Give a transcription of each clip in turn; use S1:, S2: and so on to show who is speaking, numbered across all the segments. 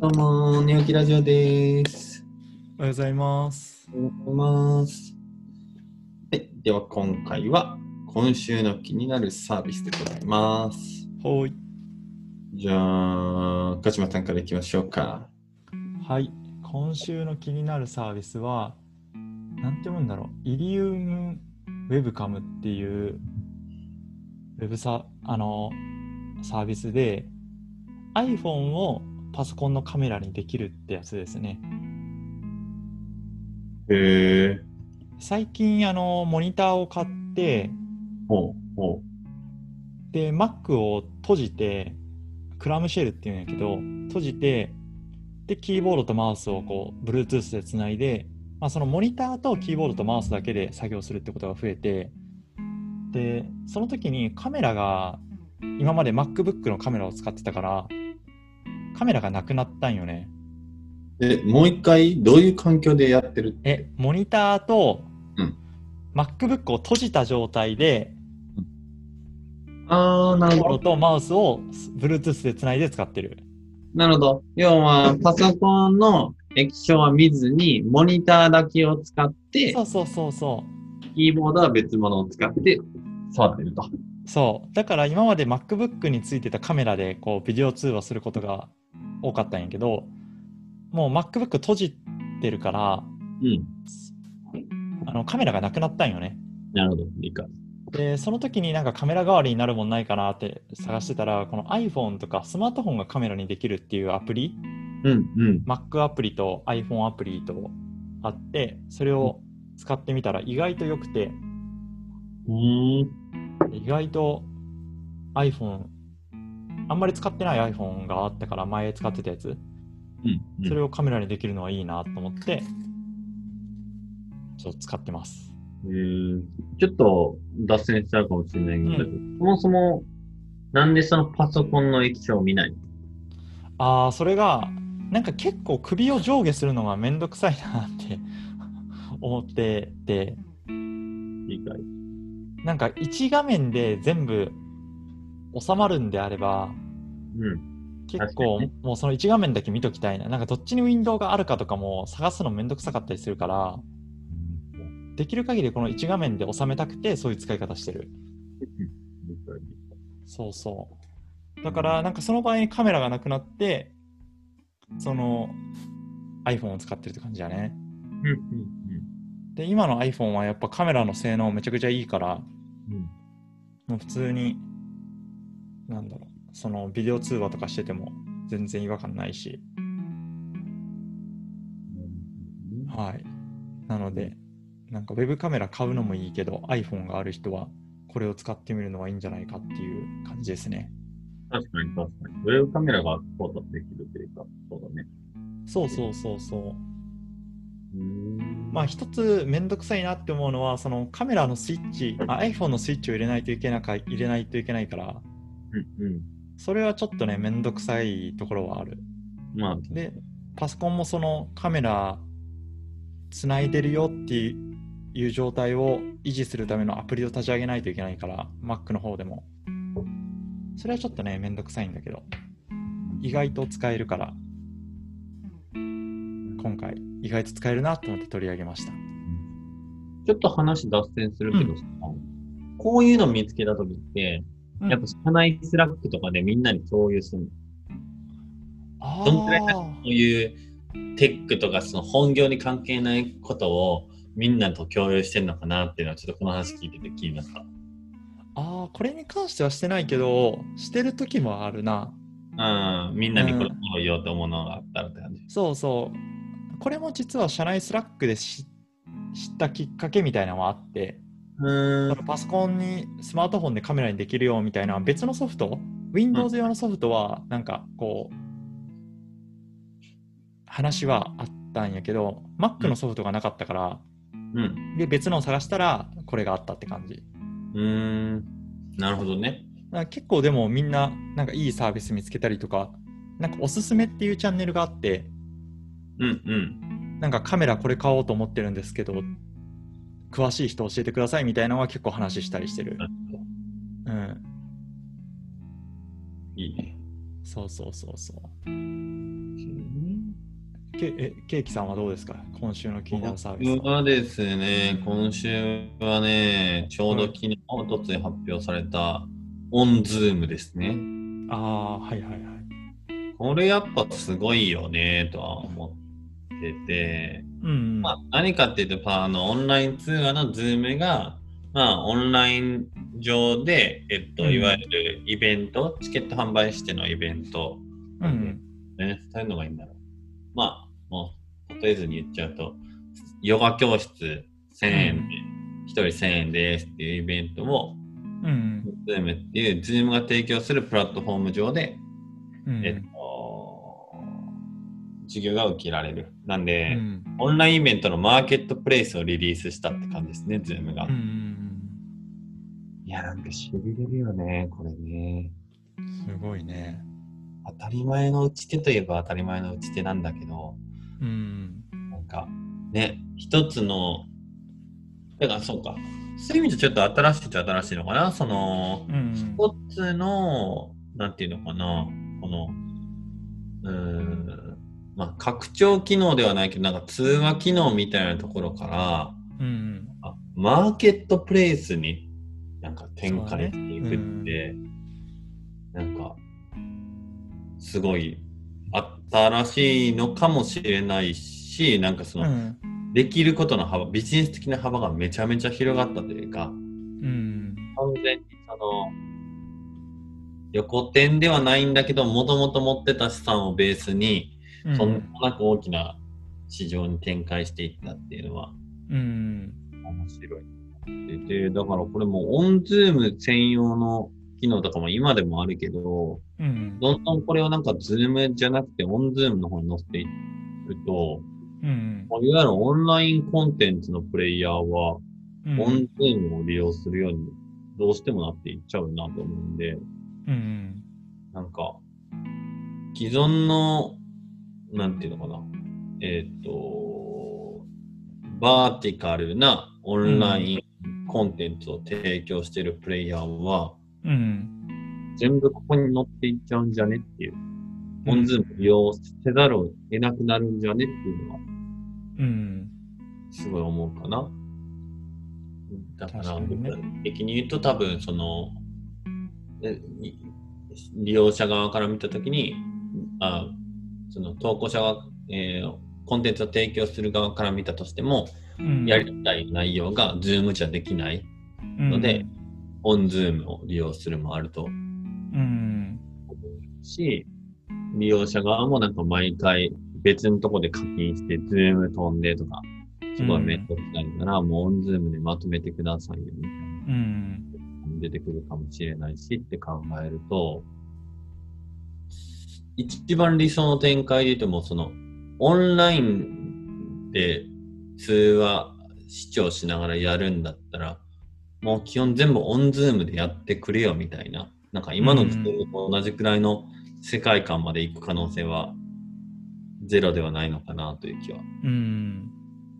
S1: どうも、寝起きラジオです。
S2: おはようございます。
S1: おはようございます。はい、では今回は、今週の気になるサービスでございます。
S2: ほい。
S1: じゃあ、ガチマさんからいきましょうか。
S2: はい。今週の気になるサービスは、なんて読むんだろう。イリウムウェブカムっていう、ウェブサ、あの、サービスで、iPhone をパソコンのカメラにできるってやつですね。
S1: へえ。
S2: 最近、あの、モニターを買って、
S1: ほうほ
S2: で、Mac を閉じて、クラムシェルっていうんやけど、閉じて、で、キーボードとマウスをこう、Bluetooth でつないで、まあ、そのモニターとキーボードとマウスだけで作業するってことが増えて、で、その時にカメラが、今まで MacBook のカメラを使ってたから、カメラがなくなったんよね。
S1: う。え、もう一回、どういう環境でやってる
S2: え、モニターと
S1: うん
S2: MacBook を閉じた状態で、
S1: あー、な
S2: キーボード。とマウスを Bluetooth でつないで使ってる。
S1: なるほど。要は、パソコンの液晶は見ずに、モニターだけを使って
S2: そ、うそうそうそう。
S1: キーボードは別物を使って、触ってると。
S2: そうだから今まで MacBook についてたカメラでこうビデオ通話することが多かったんやけどもう MacBook 閉じてるから
S1: うん。
S2: あのカメラがなくなったんよね
S1: なるほど。理解。
S2: でその時になんかカメラ代わりになるもんないかなって探してたらこの iPhone とかスマートフォンがカメラにできるっていうアプリ
S1: うん、うん。
S2: Mac アプリと iPhone アプリとあってそれを使ってみたら意外と良くて
S1: うん。
S2: 意外と iPhone あんまり使ってない iPhone があったから前使ってたやつそれをカメラにできるのはいいなと思ってちょっと使ってます
S1: えーちょっと脱線しちゃうかもしれないけど、
S2: う
S1: そもそも、なんでそのパソコンの液晶を見ない
S2: ああそれがなんか結構首を上下するのがめんどくさいなって 思ってて
S1: 理解。
S2: なんか1画面で全部収まるんであれば
S1: うん。
S2: 結
S1: 確
S2: 構
S1: かに
S2: もうその1画面だけ見ときたいななんかどっちにウィンドウがあるかとかも探すのめんどくさかったりするからできる限りこの1画面で収めたくてそういう使い方してる
S1: 理解
S2: そうそうだからなんかその場合にカメラがなくなってその iPhone を使ってるって感じだね
S1: うん、うん、
S2: で今の iPhone はやっぱカメラの性能めちゃくちゃいいから
S1: うん。
S2: もう普通になんだろうそのビデオ通話とかしてても全然違和感ないしはいなのでなんかウェブカメラ買うのもいいけど iPhone がある人はこれを使ってみるのはいいんじゃないかっていう感じですね
S1: 確かに確かに。ウェブカメラが操作できるというか、そうだね。
S2: そうそうそうそう。
S1: うん
S2: まあ一つめんどくさいなって思うのはそのカメラのスイッチ、あ iPhone のスイッチを入れないといけなか入れないといけないから、
S1: うん、う
S2: それはちょっとねめんどくさいところはある。
S1: ん。まあ、
S2: で、パソコンもそのカメラつないでるよっていう状態を維持するためのアプリを立ち上げないといけないから、Mac の方でも。それはちょっとねめんどくさいんだけど、意外と使えるから、今回意外と使えるなと思って取り上げました。
S1: ちょっと話脱線するけどさ、こういうの見つけたときって、
S2: うん
S1: やっぱ社内スラックとかでみんなに共有するの。
S2: あ
S1: どんくらいかそういうテックとかその本業に関係ないことをみんなと共有してるのかなっていうのはちょっとこの話聞いてて気になった。
S2: あーこれに関してはしてないけどしてる時もあるな
S1: うん、みんなにこれこうようと思うのがあったらって感じ。
S2: そうそうこれも実は社内スラックでし知ったきっかけみたいなのはあって
S1: うん
S2: そのパソコンにスマートフォンでカメラにできるよみたいな別のソフト Windows 用のソフトはなんかこう話はあったんやけど Mac のソフトがなかったから
S1: うん。
S2: で別のを探したらこれがあったって感じ
S1: うん。なるほどね。
S2: なんか結構でもみんななんかいいサービス見つけたりとかなんかおすすめっていうチャンネルがあって
S1: うんうん。
S2: なんかカメラこれ買おうと思ってるんですけど詳しい人教えてくださいみたいなのは結構話したりしてるうん
S1: いいね。
S2: そうそうそうそうけえケーキさんはどうですか今週の気になるサービス
S1: 僕はですね、今週はね、ちょうど昨日、おとつい発表された、オンズームですね。
S2: ああはいはいはい
S1: これやっぱすごいよね、とは思ってて、
S2: うん
S1: まあ、何かっていうと、まああのオンライン通話のズームが、まあ、オンライン上で、えっと、
S2: うん
S1: いわゆるイベント、チケット販売してのイベント、
S2: うん
S1: ね、伝えるのがいいんだろう。まあ、もう、例えずに言っちゃうと、ヨガ教室1000円で、1人1000円ですっていうイベントを、
S2: うん
S1: ズームっていう、ズームが提供するプラットフォーム上で、
S2: うん
S1: えっと、授業が受けられる。なんで、
S2: うん
S1: オンラインイベントのマーケットプレイスをリリースしたって感じですね、ズームが。
S2: うん
S1: いや、なんかしびれるよね、これね。
S2: すごいね
S1: 当たり前の打ち手といえば当たり前の打ち手なんだけど、
S2: うん
S1: なんか、ね、一つの、だからそうか、そういう意味じゃちょっと新しいっちゃ新しいのかな、その、
S2: うん
S1: 一つの、なんていうのかな、この、うーん、まあ、拡張機能ではないけど、なんか通話機能みたいなところから、
S2: うん
S1: あマーケットプレイスになんか転換していくって、なんかすごい新しいのかもしれないしなんかその
S2: ん
S1: できることの幅ビジネス的な幅がめちゃめちゃ広がったというか
S2: うん
S1: 完全にその横転ではないんだけどもともと持ってた資産をベースにとんでもなく大きな市場に展開していったっていうのは
S2: うん
S1: 面白いなってて、だからこれもうオンズーム専用の機能とかも今でもあるけど、
S2: うん
S1: どんどんこれをなんかズームじゃなくてオンズームの方に載せていくと、
S2: うん
S1: いわゆるオンラインコンテンツのプレイヤーは、
S2: うん
S1: オンズームを利用するようにどうしてもなっていっちゃうなと思うんで、
S2: うん
S1: なんか、既存の、なんていうのかな、えーっ、と、バーティカルなオンラインコンテンツを提供しているプレイヤーは、
S2: うん
S1: 全部ここに乗っていっちゃうんじゃねっていう、
S2: うん
S1: オンズーム利用せざるを得なくなるんじゃねっていうのは、
S2: うん
S1: すごい思うかな。だから、
S2: 確かに
S1: 僕
S2: ね
S1: ら的に言うと多分その、えい利用者側から見たときに、あその投稿者が、えーコンテンツを提供する側から見たとしても、
S2: うん
S1: やりたい内容が Zoom じゃできない、のでオン Zoom を利用するもあると思
S2: うん
S1: うし、利用者側もなんか毎回別のとこで課金して Zoom 飛んでとか、すごい面倒くさいから、もうオン Zoom でまとめてくださいよみたいな。
S2: うん
S1: 出てくるかもしれないしって考えると、一番理想の展開で言うともうその、オンラインで通話視聴しながらやるんだったら、もう基本全部オンズームでやってくれよみたいな、なんか今のズームと同じくらいの世界観まで行く可能性はゼロではないのかなという気は
S2: うん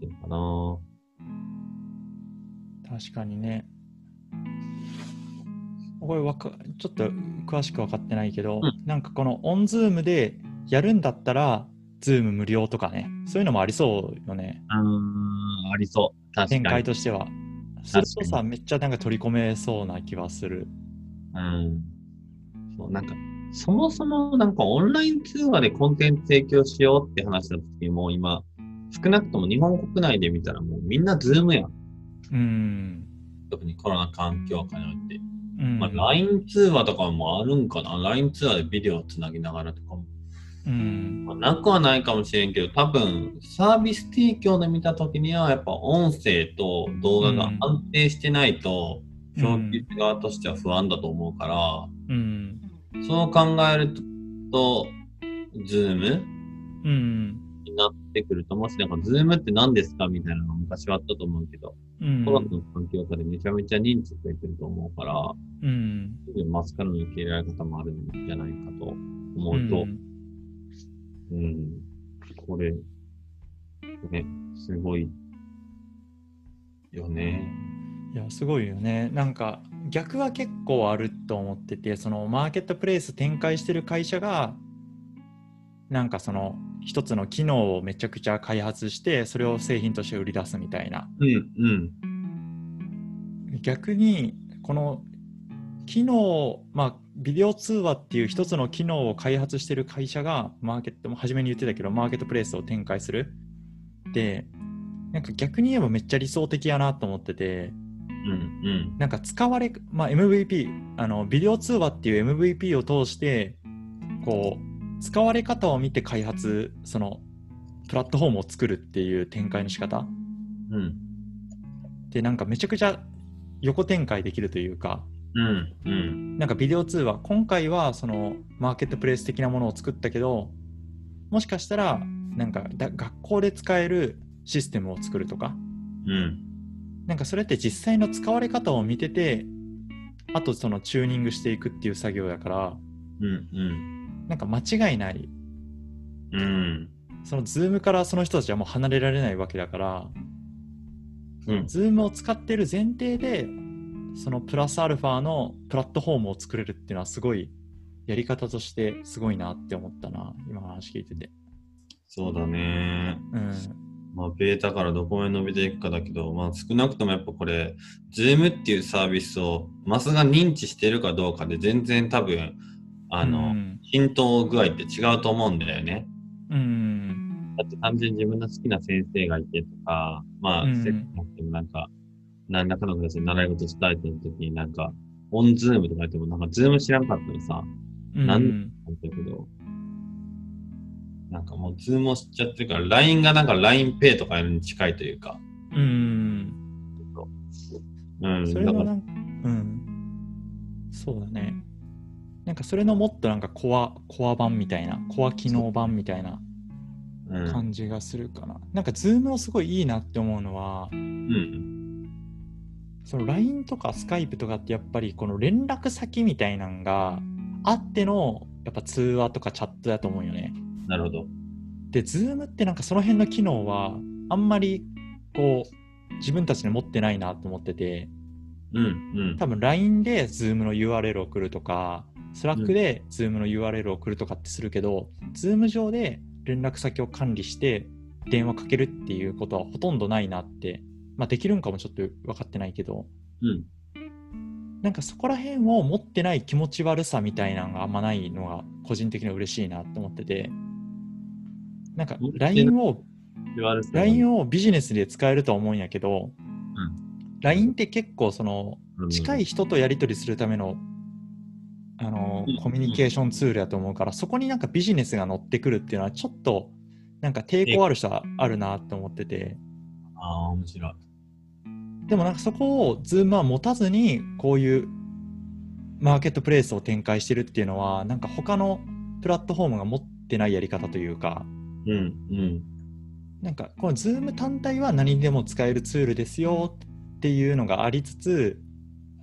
S1: するかな。
S2: 確かにねこれわかちょっと詳しく分かってないけど、
S1: うん
S2: なんかこのオンズームでやるんだったらズーム無料とかねそういうのもありそうよね
S1: うーん、ありそう。確か
S2: 展
S1: に。
S2: 開としてはするとさめっちゃなんか取り込めそうな気はする
S1: うんそうなんか、そもそもなんかオンライン通話でコンテンツ提供しようって話だった時もう今、少なくとも日本国内で見たらもうみんなズームやん。
S2: うん、
S1: 特にコロナ環境下において。
S2: うん
S1: まあ、LINE 通話とかもあるんかな ?LINE 通話でビデオをつなぎながらとかも。
S2: うん
S1: まあ、なくはないかもしれんけど、多分サービス提供で見た時にはやっぱ音声と動画が安定してないと、
S2: うん
S1: 供給側としては不安だと思うから、
S2: うん
S1: そう考えると、ズーム
S2: うん
S1: になってくると、もしなんかズームって何ですかみたいなのが昔はあったと思うけど、
S2: うん
S1: コロナの環境下でめちゃめちゃ認知増えてると思うから、
S2: うん
S1: マスカラの受け入れられ方もあるんじゃないかと思うと、うん、これ、ね、すごいよね。
S2: いやすごいよねなんか逆は結構あると思っててそのマーケットプレイス展開してる会社がなんかその一つの機能をめちゃくちゃ開発してそれを製品として売り出すみたいな
S1: うんうん
S2: 逆にこの機能、まあ、ビデオ通話っていう一つの機能を開発してる会社がマーケットも初めに言ってたけどマーケットプレイスを展開するでなんか逆に言えばめっちゃ理想的やなと思ってて
S1: うんうん
S2: なんか使われ、まあ、MVP あのビデオ通話っていう MVP を通してこう使われ方を見て開発そのプラットフォームを作るっていう展開の仕方
S1: うん
S2: でなんかめちゃくちゃ横展開できるというか
S1: うんうん
S2: なんかビデオ通話今回はそのマーケットプレイス的なものを作ったけどもしかしたらなんかだ学校で使えるシステムを作るとか
S1: うん
S2: なんかそれって実際の使われ方を見ててあとそのチューニングしていくっていう作業だから
S1: うん
S2: なんか間違いない
S1: うんうん
S2: そのズームからその人たちはもう離れられないわけだから
S1: うん
S2: ズームを使ってる前提でそのプラスアルファのプラットフォームを作れるっていうのはすごいやり方としてすごいなって思ったな今の話聞いてて。
S1: そうだね
S2: うん
S1: まあ、ベータからどこまで伸びていくかだけど、まあ、少なくともやっぱこれ、Zoom っていうサービスをマスが認知してるかどうかで全然多分、あの、
S2: うん
S1: 浸透具合って違うと思うんだよね。
S2: うん
S1: だって単純に自分の好きな先生がいてとか、まあ、
S2: うん
S1: せっかくなくてもなんか、何らかの形で習い事伝えてるときになんか、オンズームとか言ってもなんかズーム知らんかったらさ、
S2: うん
S1: なんなんだけど、なんかもうズームを知っちゃってるから、LINE がなんか LINEPay とかに近いというか、
S2: うん
S1: うん、
S2: それ
S1: だから
S2: のなんうんそうだねなんかそれのもっとなんかコアコア版みたいなコア機能版みたいな
S1: うん
S2: 感じがするかな、なんかズームのすごいいいなって思うのは
S1: うん
S2: その LINE とか Skype とかってやっぱりこの連絡先みたいなんがあってのやっぱ通話とかチャットだと思うよね
S1: なるほど。
S2: で Zoom ってなんかその辺の機能はあんまりこう自分たちに持ってないなと思ってて
S1: うんうん
S2: 多分 LINE で Zoom の URL を送るとか Slack で Zoom の URL を送るとかってするけど、Zoom 上で連絡先を管理して電話かけるっていうことはほとんどないなって、まあ、できるんかもちょっと分かってないけど
S1: うん
S2: なんかそこら辺を持ってない気持ち悪さみたいなのがあんまないのが個人的には嬉しいなと思っててなんか
S1: 持ってない
S2: LINE を
S1: URL さん
S2: LINE をビジネスで使えるとは思うんやけど、LINE って結構その
S1: うん
S2: 近い人とやり取りするためのあの
S1: うん
S2: コミュニケーションツールやと思うからそこになんかビジネスが乗ってくるっていうのはちょっとなんか抵抗ある人はあるなと思ってて
S1: ああ面白い
S2: でもなんかそこを Zoom は持たずにこういうマーケットプレイスを展開してるっていうのはなんか他のプラットフォームが持ってないやり方というか
S1: うん
S2: なんかこの Zoom 単体は何にでも使えるツールですよっていうのがありつつだか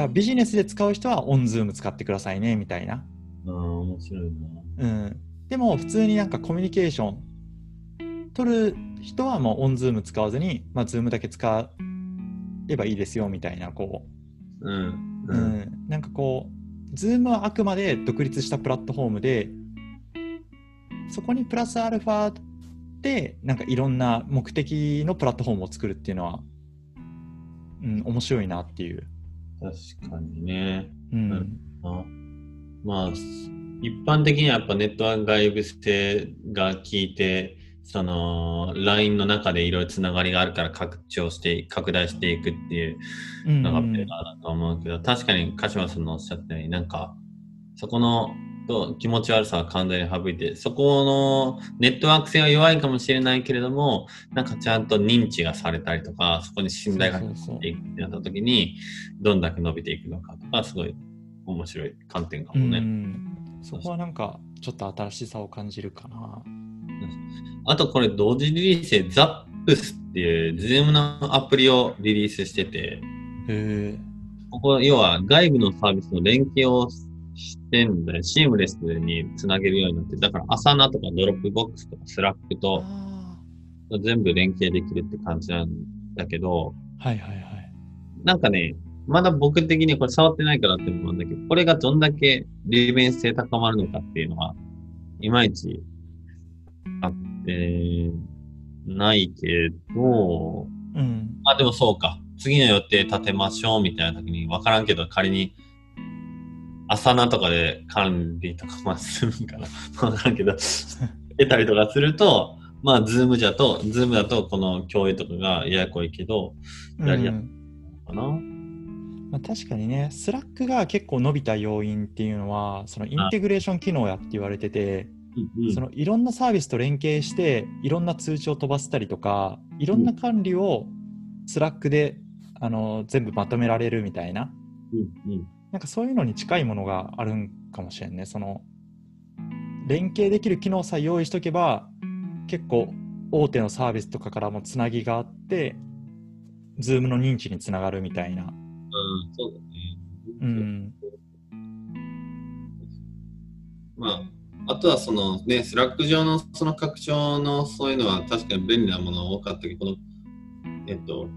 S2: らビジネスで使う人はオン Zoom 使ってくださいねみたいな、
S1: うんああ面白いな
S2: うん、でも普通になんかコミュニケーション取る人はもうオン Zoom 使わずに、まあ、Zoom だけ使えばいいですよみたいなこ
S1: うん
S2: う、うん、なんかこう Zoom はあくまで独立したプラットフォームでそこにプラスアルファでなんかいろんな目的のプラットフォームを作るっていうのは、うん、面白いなっていう、
S1: 確かにね
S2: うん
S1: うんあまあ一般的にはやっぱネットワーク外部性が効いてその LINE の中でいろいろつながりがあるから拡張して拡大していくっていう
S2: うん
S1: のがペーだと思うけど、確かに鹿島さんのおっしゃったようになんかそこのと気持ち悪さは完全に省いてそこのネットワーク性は弱いかもしれないけれどもなんかちゃんと認知がされたりとかそこに信頼が
S2: そ
S1: 出
S2: うそうそう
S1: ていくってなった時にどんだけ伸びていくのかとかすごい面白い観点か
S2: う
S1: もね、
S2: ん、そこはなんかちょっと新しさを感じるかな
S1: あとこれ同時リリースで ZAPS っていう Zoom のアプリをリリースしてて
S2: へえ
S1: ここ、要は外部のサービスの連携をしてんで、シームレスにつなげるようになって、だから、アサナとかドロップボックスとかスラックと
S2: あ
S1: 全部連携できるって感じなんだけど、
S2: ーはいはいはい
S1: なんかね、まだ僕的にこれ触ってないからって思うんだけど、これがどんだけ利便性高まるのかっていうのは、いまいちあって、ないけど、
S2: うん。
S1: あ、でもそうか。次の予定立てましょうみたいな時に、わからんけど、仮に、朝菜とかで管理とか、まあ、するんかな。わ からんけど、得たりとかすると、まあ、ズームじゃと、ズームだと、この共有とかがややこいけど、やりや
S2: うん
S1: かな。
S2: まあ、確かにね、スラックが結構伸びた要因っていうのは、そのインテグレーション機能やって言われてて、
S1: うんうん
S2: そのいろんなサービスと連携して、いろんな通知を飛ばせたりとか、いろんな管理をスラックであの全部まとめられるみたいな、
S1: うんうん
S2: なんかそういうのに近いものがあるんかもしれんね。その連携できる機能さえ用意しとけば、結構大手のサービスとかからもつなぎがあって、Zoom の認知につながるみたいな。
S1: うん、そうだね。
S2: うん、
S1: まあ、あとはそのね、スラック上のその拡張のそういうのは確かに便利なものが多かったけど、この、えっと、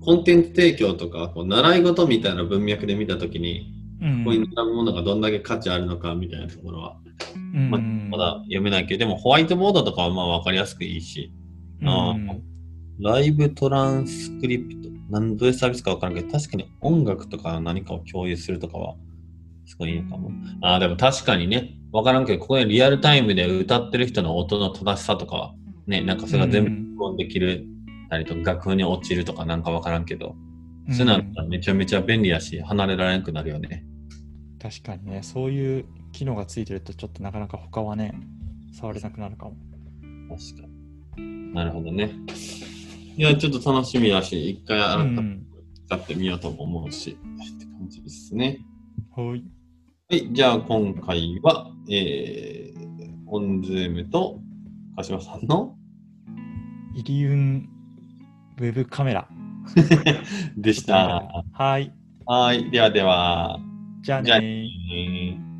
S1: コンテンツ提供とか、こう習い事みたいな文脈で見たときに、
S2: うん
S1: こういう並ぶものがどんだけ価値あるのかみたいなところは、まあ
S2: うん
S1: まだ読めないけど、でもホワイトボードとかはまあ分かりやすくいいし、あーライブトランスクリプト、何どういうサービスか分からんけど、確かに音楽とか何かを共有するとかは、すごいいいのかも。ああ、でも確かにね、分からんけど、ここでリアルタイムで歌ってる人の音の正しさとかは、ね、なんかそれが全部録音できる、たりとか、楽譜に落ちるとかなんか分からんけど、
S2: うん
S1: そういうのはめちゃめちゃ便利やし、離れられなくなるよね。
S2: 確かにね、そういう機能がついてると、ちょっとなかなか他はね、触れなくなるかも。
S1: 確かに。なるほどね。いや、ちょっと楽しみだし、一回
S2: う
S1: 改めて
S2: ん、
S1: 使ってみようとも思うし、って感じですね。
S2: はい。
S1: はい、じゃあ今回は、えー、オンズームと鹿島さんの
S2: イリウンウェブカメラ。
S1: でした。
S2: はい。
S1: はい、ではでは。
S2: じゃあね
S1: じゃあ
S2: ー
S1: えー